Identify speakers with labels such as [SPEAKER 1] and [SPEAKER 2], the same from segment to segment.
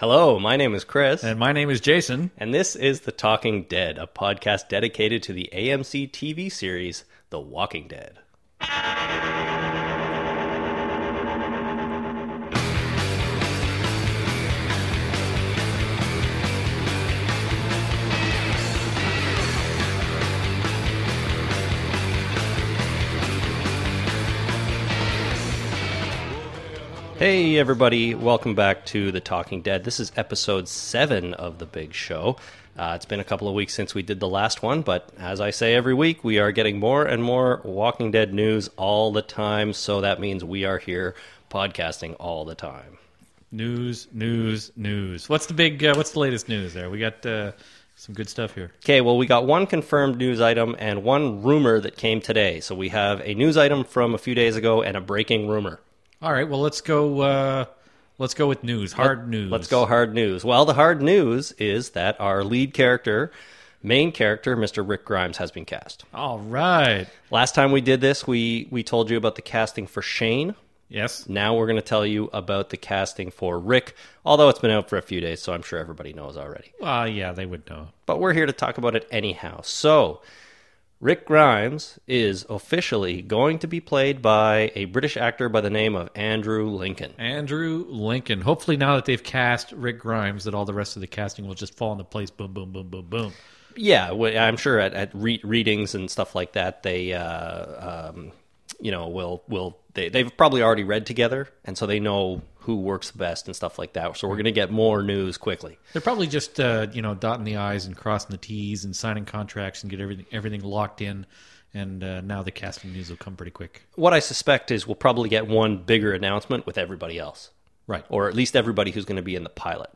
[SPEAKER 1] Hello, my name is Chris,
[SPEAKER 2] And my name is Jason.
[SPEAKER 1] and this is The Talking Dead, a podcast dedicated to the AMC TV series The Walking Dead. Hey, everybody, welcome back to The Talking Dead. This is episode seven of The Big Show. Uh, it's been a couple of weeks since we did the last one, but as I say every week, we are getting more and more Walking Dead news all the time, so that means we are here podcasting all the time.
[SPEAKER 2] News, news, news. What's the big? Uh, what's the latest news there? We got uh, some good stuff here.
[SPEAKER 1] Okay, well, we got one confirmed news item and one rumor that came today. So we have a news item from a few days ago and a breaking rumor.
[SPEAKER 2] All right. Well, let's go. Uh, let's go with news. Hard news.
[SPEAKER 1] Let's go hard news. Well, the hard news is that our lead character, main character, Mr. Rick Grimes, has been cast.
[SPEAKER 2] All right.
[SPEAKER 1] Last time we did this, we, we told you about the casting for Shane.
[SPEAKER 2] Yes.
[SPEAKER 1] Now we're going to tell you about the casting for Rick, although it's been out for a few days, so I'm sure everybody knows already
[SPEAKER 2] Well, yeah, they would know.
[SPEAKER 1] but we're here to talk about it anyhow. So, Rick Grimes is officially going to be played by a British actor by the name of Andrew Lincoln.
[SPEAKER 2] Andrew Lincoln. Hopefully, now that they've cast Rick Grimes, that all the rest of the casting will just fall into place. Boom, boom, boom, boom, boom.
[SPEAKER 1] Yeah, wh- I'm sure at, at re- readings and stuff like that, they, uh, um, you know, will will they, they've probably already read together, and so they know who works the best and stuff like that. So we're going to get more news quickly.
[SPEAKER 2] They're probably just uh, you know dotting the i's and crossing the t's and signing contracts and get everything everything locked in. And uh, now the casting news will come pretty quick.
[SPEAKER 1] What I suspect is we'll probably get one bigger announcement with everybody else.
[SPEAKER 2] Right.
[SPEAKER 1] or at least everybody who's going to be in the pilot.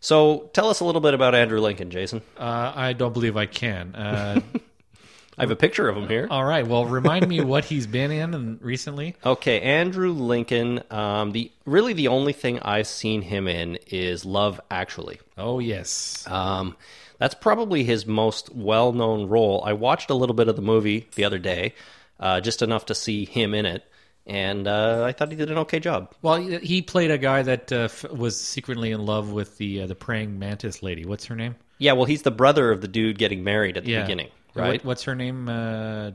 [SPEAKER 1] So tell us a little bit about Andrew Lincoln, Jason.
[SPEAKER 2] Uh, I don't believe I can. Uh,
[SPEAKER 1] I have a picture of him here.
[SPEAKER 2] all right. Well, remind me what he's been in and recently.
[SPEAKER 1] Okay, Andrew Lincoln. Um, the really the only thing I've seen him in is Love Actually.
[SPEAKER 2] Oh yes.
[SPEAKER 1] Um, that's probably his most well known role. I watched a little bit of the movie the other day, uh, just enough to see him in it, and uh, I thought he did an okay job.
[SPEAKER 2] Well, he played a guy that uh, f- was secretly in love with the uh, the praying mantis lady. What's her name?
[SPEAKER 1] Yeah, well, he's the brother of the dude getting married at the beginning,
[SPEAKER 2] What-
[SPEAKER 1] right?
[SPEAKER 2] what's her name? Uh,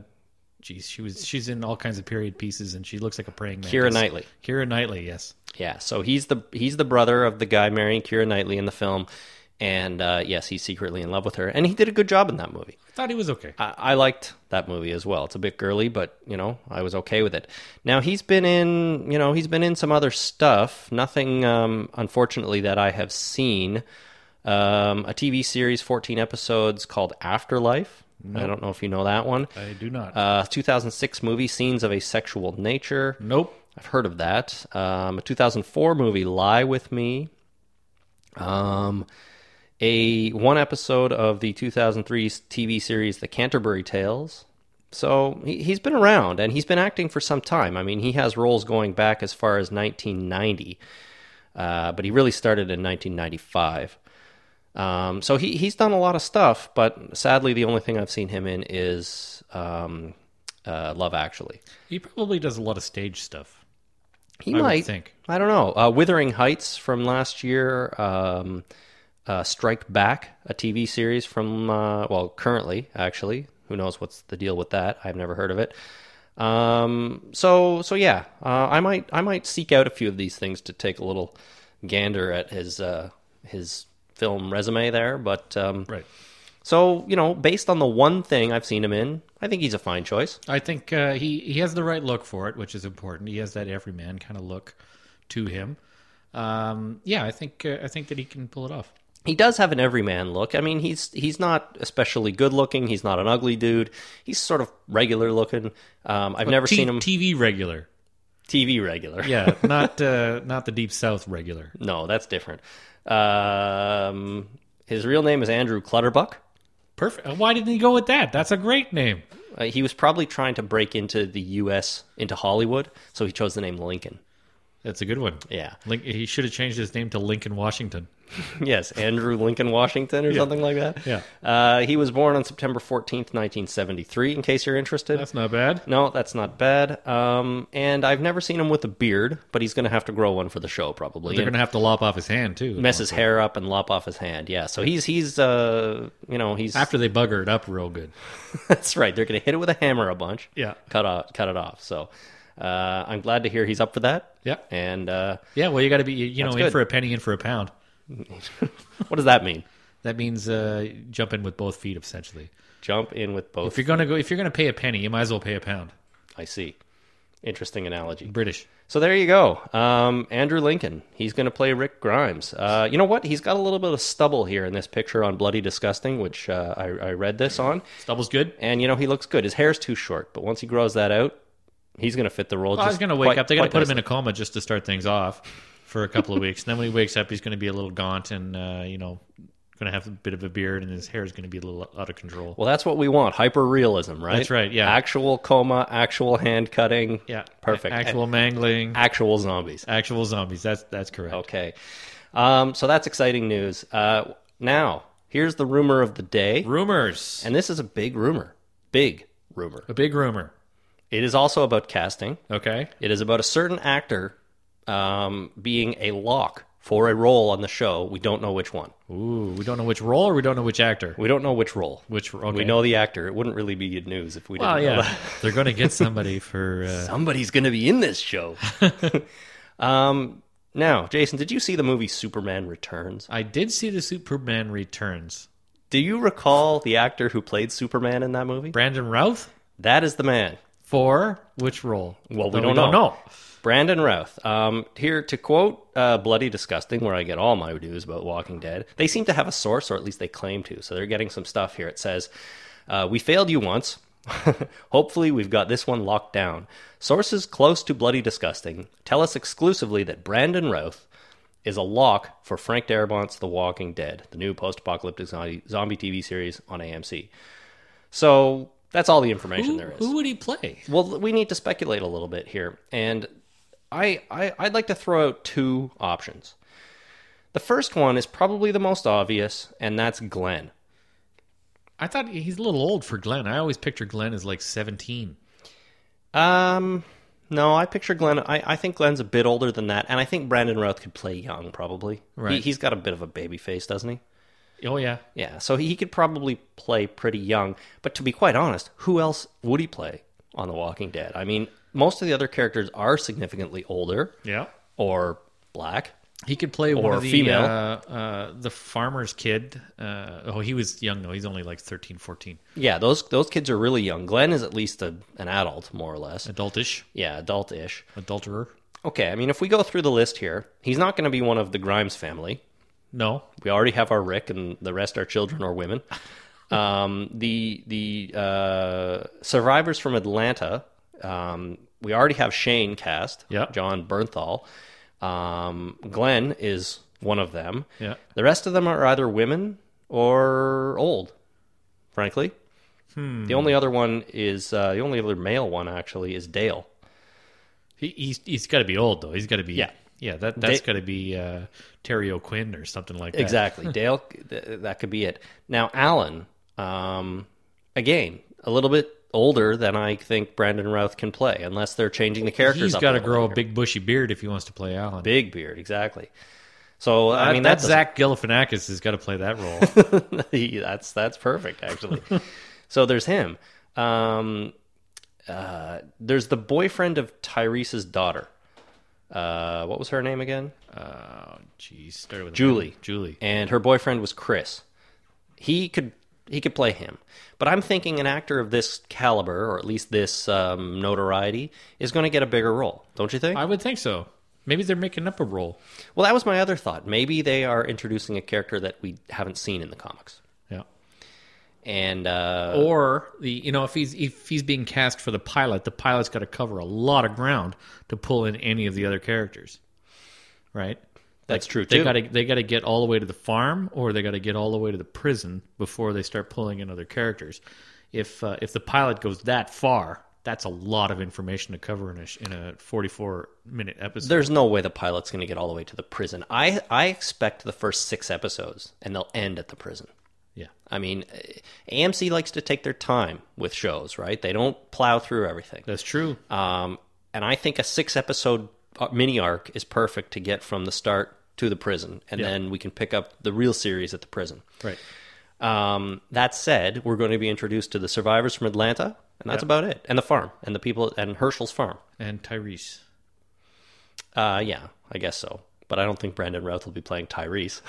[SPEAKER 2] geez, she was she's in all kinds of period pieces, and she looks like a praying mantis.
[SPEAKER 1] Keira Knightley.
[SPEAKER 2] Kira Knightley. Yes.
[SPEAKER 1] Yeah, so he's the he's the brother of the guy marrying Kira Knightley in the film, and uh, yes, he's secretly in love with her, and he did a good job in that movie.
[SPEAKER 2] I thought he was okay.
[SPEAKER 1] I, I liked that movie as well. It's a bit girly, but you know, I was okay with it. Now he's been in you know he's been in some other stuff. Nothing, um, unfortunately, that I have seen. Um, a TV series, fourteen episodes called Afterlife. I don't know if you know that one.
[SPEAKER 2] I do not.
[SPEAKER 1] Uh, 2006 movie, Scenes of a Sexual Nature.
[SPEAKER 2] nope.
[SPEAKER 1] I've heard of that. Um, a 2004 movie, Lie with Me. Um, a one episode of the 2003 TV series, The Canterbury Tales. So he, he's been around and he's been acting for some time. I mean, he has roles going back as far as 1990, uh, but he really started in 1995. Um, so he, he's done a lot of stuff, but sadly, the only thing I've seen him in is um, uh, Love Actually.
[SPEAKER 2] He probably does a lot of stage stuff.
[SPEAKER 1] He
[SPEAKER 2] I would
[SPEAKER 1] might
[SPEAKER 2] think.
[SPEAKER 1] I don't know. Uh, Withering Heights from last year. Um, uh, Strike Back, a TV series from uh, well, currently actually. Who knows what's the deal with that? I've never heard of it. Um, so so yeah, uh, I might I might seek out a few of these things to take a little gander at his uh, his film resume there. But um,
[SPEAKER 2] Right.
[SPEAKER 1] so you know, based on the one thing I've seen him in, I think he's a fine choice.
[SPEAKER 2] I think uh, he he has the right look for it, which is important. He has that everyman kind of look to him. Um, yeah, I think uh, I think that he can pull it off.
[SPEAKER 1] he does have an everyman look. I mean, he's he's not especially good looking. He's not an ugly dude. He's sort of regular looking. Um, I've never
[SPEAKER 2] T-
[SPEAKER 1] seen him
[SPEAKER 2] TV regular.
[SPEAKER 1] TV regular.
[SPEAKER 2] Yeah, not uh, not the deep south regular.
[SPEAKER 1] No, that's different. Um, his real name is Andrew Clutterbuck.
[SPEAKER 2] Perfect. Uh, Why didn't he go with that? That's a great name.
[SPEAKER 1] Uh, he was probably trying to break into the U.S. into Hollywood, so he chose the name Lincoln.
[SPEAKER 2] That's a good one.
[SPEAKER 1] Yeah.
[SPEAKER 2] Link, he should have changed his name to Lincoln Washington.
[SPEAKER 1] yes, Andrew Lincoln Washington or something like that.
[SPEAKER 2] Yeah.
[SPEAKER 1] Uh, he was born on September 14th, 1973, in case you're interested.
[SPEAKER 2] That's not bad.
[SPEAKER 1] no, that's not bad. Um, and I've never seen him with a beard, but he's going to have to grow one for the show probably.
[SPEAKER 2] They're
[SPEAKER 1] And
[SPEAKER 2] going to have to lop off his hand too.
[SPEAKER 1] mess his hair up and lop off his hand. Yeah. So he's, he's uh, you know, he's.
[SPEAKER 2] after they bugger it up real good.
[SPEAKER 1] that's right. They're going to hit it with a hammer a bunch.
[SPEAKER 2] Yeah.
[SPEAKER 1] Cut, off, cut it off. So uh, I'm glad to hear he's up for that.
[SPEAKER 2] Yeah.
[SPEAKER 1] And uh,
[SPEAKER 2] Yeah. Well, you got to be you, you know
[SPEAKER 1] That's
[SPEAKER 2] in
[SPEAKER 1] good.
[SPEAKER 2] for a penny, in for a pound.
[SPEAKER 1] what does that mean?
[SPEAKER 2] That means uh, jump in with both feet essentially.
[SPEAKER 1] Jump in with both.
[SPEAKER 2] If you're gonna go, if you're gonna pay a penny, you might as well pay a pound.
[SPEAKER 1] I see. Interesting analogy.
[SPEAKER 2] British.
[SPEAKER 1] So there you go. Um, Andrew Lincoln. He's going to play Rick Grimes. Uh, you know what? He's got a little bit of stubble here in this picture on Bloody Disgusting, which uh, I, I read this on.
[SPEAKER 2] Stubble's good.
[SPEAKER 1] And, you know, he looks good. His hair's too short, but once he grows that out, he's going to fit the role.
[SPEAKER 2] Well,
[SPEAKER 1] just
[SPEAKER 2] he's going to wake
[SPEAKER 1] quite-
[SPEAKER 2] up. They're going
[SPEAKER 1] quite
[SPEAKER 2] to put him
[SPEAKER 1] nicely.
[SPEAKER 2] in a coma just to start things off for a couple of weeks. And then when he wakes up, he's going to be a little gaunt and, uh, you know, going to have a bit of a beard and his hair is going to be a little out of control.
[SPEAKER 1] Well, that's what we want hyper realism, right?
[SPEAKER 2] That's right, yeah.
[SPEAKER 1] Actual coma, actual hand cutting.
[SPEAKER 2] yeah.
[SPEAKER 1] Perfect.
[SPEAKER 2] Actual mangling,
[SPEAKER 1] Actual zombies.
[SPEAKER 2] actual zombies. That's that's correct.
[SPEAKER 1] Okay. Um, so that's exciting news. Uh, now, here's the rumor of the day.
[SPEAKER 2] Rumors.
[SPEAKER 1] And this is a big rumor. Big rumor.
[SPEAKER 2] a big rumor.
[SPEAKER 1] It is also about casting.
[SPEAKER 2] Okay.
[SPEAKER 1] It is about a certain actor um, being a lock for a role on the show. We don't know which one.
[SPEAKER 2] Ooh, we don't know which role or we don't know which actor.
[SPEAKER 1] We don't know which role.
[SPEAKER 2] Which okay.
[SPEAKER 1] We know the actor. It wouldn't really be good news if we didn't
[SPEAKER 2] Oh
[SPEAKER 1] know
[SPEAKER 2] yeah.
[SPEAKER 1] that.
[SPEAKER 2] They're going to get somebody for uh,
[SPEAKER 1] Somebody's going to be in this show. um, now, Jason, did you see the movie Superman Returns?
[SPEAKER 2] I did see the Superman Returns.
[SPEAKER 1] Do you recall the actor who played Superman in that movie?
[SPEAKER 2] Brandon Routh
[SPEAKER 1] That is the man.
[SPEAKER 2] for which role?
[SPEAKER 1] Well, we
[SPEAKER 2] Though
[SPEAKER 1] don't know.
[SPEAKER 2] know.
[SPEAKER 1] Brandon Routh. Um, here to quote uh, "Bloody Disgusting," where I get all my news about Walking Dead. They seem to have a source, or at least they claim to. So they're getting some stuff here. It says, uh, "We failed you once. Hopefully, we've got this one locked down." Sources close to Bloody Disgusting tell us exclusively that Brandon Routh is a lock for Frank Darabont's *The Walking Dead*, the new post-apocalyptic zombie zombie TV series on AMC. So that's all the information there is.
[SPEAKER 2] Who would he play?
[SPEAKER 1] Well, we need to speculate a little bit here, and I, I I'd like to throw out two options. The first one is probably the most obvious, and that's Glenn.
[SPEAKER 2] I thought he's a little old for Glenn. I always picture Glenn as like 17.
[SPEAKER 1] Um, no, I picture Glenn. I, I think Glenn's a bit older than that, and I think Brandon Routh could play young, probably.
[SPEAKER 2] Right.
[SPEAKER 1] He, has got a bit of a baby face, doesn't he?
[SPEAKER 2] Oh, yeah.
[SPEAKER 1] Yeah, so he could probably play pretty young. But to be quite honest, who else would he play on The Walking Dead? I mean, most of the other characters are significantly older
[SPEAKER 2] Yeah.
[SPEAKER 1] or black.
[SPEAKER 2] He could play one
[SPEAKER 1] Or
[SPEAKER 2] of the,
[SPEAKER 1] female.
[SPEAKER 2] Uh, uh, the farmer's kid. Uh, oh, he was young, though. He's only like 13, 14.
[SPEAKER 1] Yeah, those those kids are really young. Glenn is at least a, an adult, more or less.
[SPEAKER 2] Adultish.
[SPEAKER 1] Yeah, adult-ish.
[SPEAKER 2] Adulterer.
[SPEAKER 1] Okay, I mean, if we go through the list here, he's not going to be one of the Grimes family.
[SPEAKER 2] No.
[SPEAKER 1] We already have our Rick, and the rest are children or women. Um, the the uh, survivors from Atlanta. Um, we already have Shane cast.
[SPEAKER 2] Yeah.
[SPEAKER 1] John Bernthal. Um, Glenn is one of them.
[SPEAKER 2] Yeah.
[SPEAKER 1] The rest of them are either women or old, frankly.
[SPEAKER 2] Hmm.
[SPEAKER 1] The only other one is uh, the only other male one actually is Dale.
[SPEAKER 2] He, he's he's got to be old, though. He's got to be.
[SPEAKER 1] Yeah.
[SPEAKER 2] Yeah, that, that's
[SPEAKER 1] They-
[SPEAKER 2] got to be uh, Terry O'Quinn or something like that.
[SPEAKER 1] Exactly, Dale. th- That could be it. Now Alan, um, again, a little bit older than I think Brandon Routh can play, unless they're changing the characters.
[SPEAKER 2] He's
[SPEAKER 1] up
[SPEAKER 2] got to
[SPEAKER 1] little
[SPEAKER 2] grow a
[SPEAKER 1] bit.
[SPEAKER 2] big bushy beard if he wants to play Alan.
[SPEAKER 1] big beard. Exactly. So I
[SPEAKER 2] That-
[SPEAKER 1] mean,
[SPEAKER 2] that
[SPEAKER 1] that's
[SPEAKER 2] Zach Galifianakis has got to play that role.
[SPEAKER 1] that's that's perfect actually. so there's him. Um, uh, there's the boyfriend of Tyrese's daughter. Uh, what was her name again?
[SPEAKER 2] Oh, geez. Started with
[SPEAKER 1] Julie.
[SPEAKER 2] Julie.
[SPEAKER 1] And her boyfriend was Chris. He could he could play him, but I'm thinking an actor of this caliber, or at least this um, notoriety, is going to get a bigger role. Don't you think?
[SPEAKER 2] I would think so. Maybe they're making up a role.
[SPEAKER 1] well, that was my other thought. Maybe they are introducing a character that we haven't seen in the comics,
[SPEAKER 2] Yeah.
[SPEAKER 1] and uh,
[SPEAKER 2] Oh, Or the you know if he's if he's being cast for the pilot, the pilot's got to cover a lot of ground to pull in any of the other characters, right?
[SPEAKER 1] that's true too.
[SPEAKER 2] They got to they got to get all the way to the farm, or they got to get all the way to the prison before they start pulling in other characters. If uh, if the pilot goes that far, that's a lot of information to cover in a sh- in a 44 minute episode.
[SPEAKER 1] There's no way the pilot's going to get all the way to the prison. I I expect the first six episodes, and they'll end at the prison.
[SPEAKER 2] yeah.
[SPEAKER 1] I mean, eh, AMC likes to take their time with shows, right? They don't plow through everything.
[SPEAKER 2] That's true.
[SPEAKER 1] Um, and I think a six episode uh, mini arc is perfect to get from the start to the prison, and then we can pick up the real series at the prison.
[SPEAKER 2] Right.
[SPEAKER 1] Um, that said, we're going to be introduced to the survivors from Atlanta, and that's about it, and the farm, and the people, and Herschel's farm.
[SPEAKER 2] And Tyrese.
[SPEAKER 1] Uh, yeah, I guess so. But I don't think Brandon Routh will be playing Tyrese.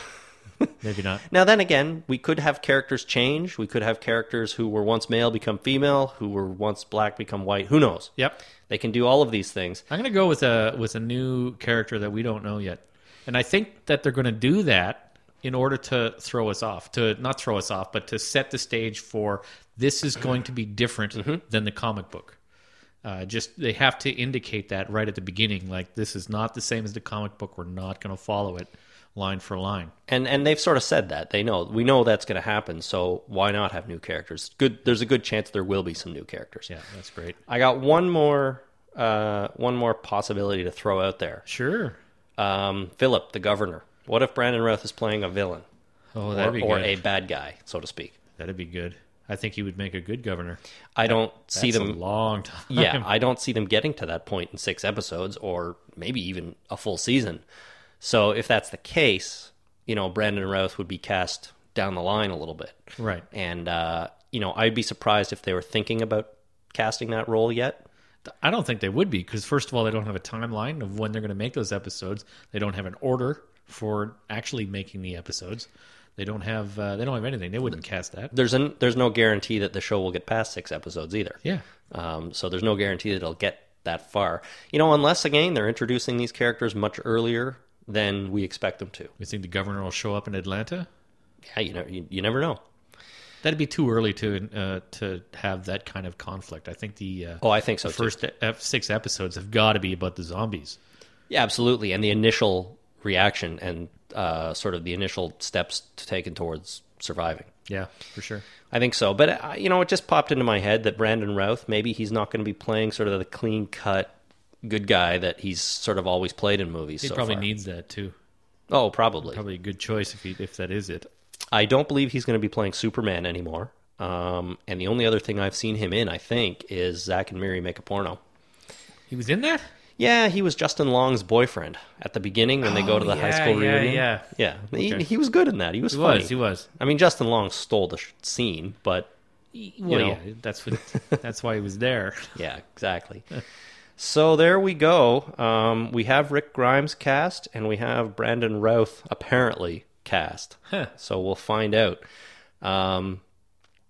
[SPEAKER 2] Maybe not.
[SPEAKER 1] Now, then again, we could have characters change. We could have characters who were once male become female, who were once black become white. Who knows?
[SPEAKER 2] Yep.
[SPEAKER 1] They can do all of these things.
[SPEAKER 2] I'm gonna go with a with a new character that we don't know yet, and I think that they're gonna do that in order to throw us off, to not throw us off, but to set the stage for this is going to be different than the comic book. Uh, just they have to indicate that right at the beginning, like this is not the same as the comic book. We're not gonna follow it line for line.
[SPEAKER 1] And and they've sort of said that. They know we know that's going to happen, so why not have new characters? Good there's a good chance there will be some new characters.
[SPEAKER 2] Yeah, that's great.
[SPEAKER 1] I got one more uh, one more possibility to throw out there.
[SPEAKER 2] Sure.
[SPEAKER 1] Um, Philip, the governor. What if Brandon Routh is playing a villain
[SPEAKER 2] Oh,
[SPEAKER 1] or,
[SPEAKER 2] that'd be
[SPEAKER 1] or
[SPEAKER 2] good.
[SPEAKER 1] a bad guy, so to speak?
[SPEAKER 2] That'd be good. I think he would make a good governor.
[SPEAKER 1] I don't see
[SPEAKER 2] That's a
[SPEAKER 1] them
[SPEAKER 2] long time.
[SPEAKER 1] yeah, I don't see them getting to that point in six episodes or maybe even a full season. So if that's the case, you know, Brandon Routh would be cast down the line a little bit.
[SPEAKER 2] Right.
[SPEAKER 1] And, uh, you know, I'd be surprised if they were thinking about casting that role yet.
[SPEAKER 2] I don't think they would be because first of all, they don't have a timeline of when they're going to make those episodes. They don't have an order for actually making the episodes. They don't have uh, they don't have anything. They wouldn't cast that.
[SPEAKER 1] There's, an, there's no guarantee that the show will get past six episodes either.
[SPEAKER 2] Yeah,
[SPEAKER 1] Um, so there's no guarantee that it'll get that far. You know, unless, again, they're introducing these characters much earlier than we expect them to.
[SPEAKER 2] you think the governor will show up in Atlanta?
[SPEAKER 1] Yeah, you, know, you, you never know.
[SPEAKER 2] That'd be too early to uh, to have that kind of conflict. I think the uh,
[SPEAKER 1] Oh, I think so.
[SPEAKER 2] the
[SPEAKER 1] too.
[SPEAKER 2] first e- ep- six episodes have got to be about the zombies.
[SPEAKER 1] Yeah, absolutely. And the initial reaction and uh, sort of the initial steps to taken towards surviving.
[SPEAKER 2] Yeah, for sure.
[SPEAKER 1] I think so. But, uh, you know, it just popped into my head that Brandon Routh, maybe he's not going to be playing sort of the clean cut good guy that he's sort of always played in movies.
[SPEAKER 2] He
[SPEAKER 1] so
[SPEAKER 2] probably
[SPEAKER 1] far.
[SPEAKER 2] needs that too.
[SPEAKER 1] oh, probably.
[SPEAKER 2] Probably a good choice if he, if that is it.
[SPEAKER 1] I don't believe he's going to be playing Superman anymore. Um, and the only other thing I've seen him in, I think, is Zack and Miri Make a Porno.
[SPEAKER 2] He was in that.
[SPEAKER 1] Yeah, he was Justin Long's boyfriend at the beginning when they go to the high
[SPEAKER 2] Oh, yeah,
[SPEAKER 1] school
[SPEAKER 2] yeah,
[SPEAKER 1] reunion.
[SPEAKER 2] yeah.
[SPEAKER 1] yeah. He, he was good in that. He was
[SPEAKER 2] He
[SPEAKER 1] funny.
[SPEAKER 2] was. He was.
[SPEAKER 1] I mean, Justin Long stole the sh- scene, but
[SPEAKER 2] Well,
[SPEAKER 1] know?
[SPEAKER 2] yeah, that's what, that's why he was there.
[SPEAKER 1] yeah, exactly. so there we go. Um, we have Rick Grimes cast, and we have Brandon Routh apparently cast.
[SPEAKER 2] Huh.
[SPEAKER 1] So we'll find out. Um,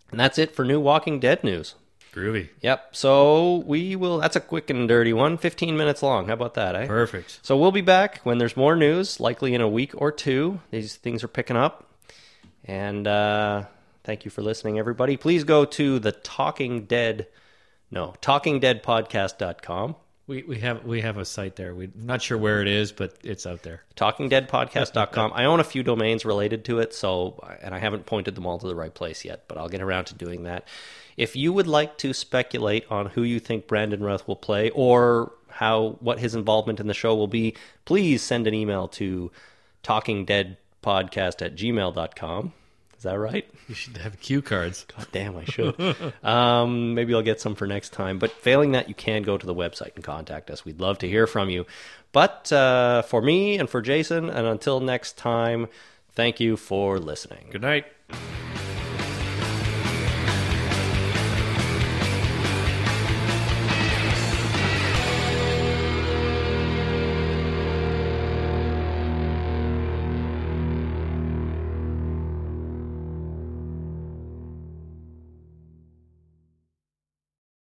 [SPEAKER 1] and that's it for new Walking Dead news.
[SPEAKER 2] Groovy.
[SPEAKER 1] Yep. So we will. That's a quick and dirty one. 15 minutes long. How about that, eh?
[SPEAKER 2] Perfect.
[SPEAKER 1] So we'll be back when there's more news, likely in a week or two. These things are picking up. And uh, thank you for listening, everybody. Please go to the Talking Dead, no, talkingdeadpodcast.com.
[SPEAKER 2] We we have we have a site there. We're not sure where it is, but it's out there.
[SPEAKER 1] Talkingdeadpodcast.com. I own a few domains related to it, so and I haven't pointed them all to the right place yet, but I'll get around to doing that. If you would like to speculate on who you think Brandon Routh will play or how what his involvement in the show will be, please send an email to talkingdeadpodcast at gmail.com. Is that right?
[SPEAKER 2] You should have cue cards.
[SPEAKER 1] God damn, I should. um, maybe I'll get some for next time. But failing that, you can go to the website and contact us. We'd love to hear from you. But uh, for me and for Jason, and until next time, thank you for listening.
[SPEAKER 2] Good night.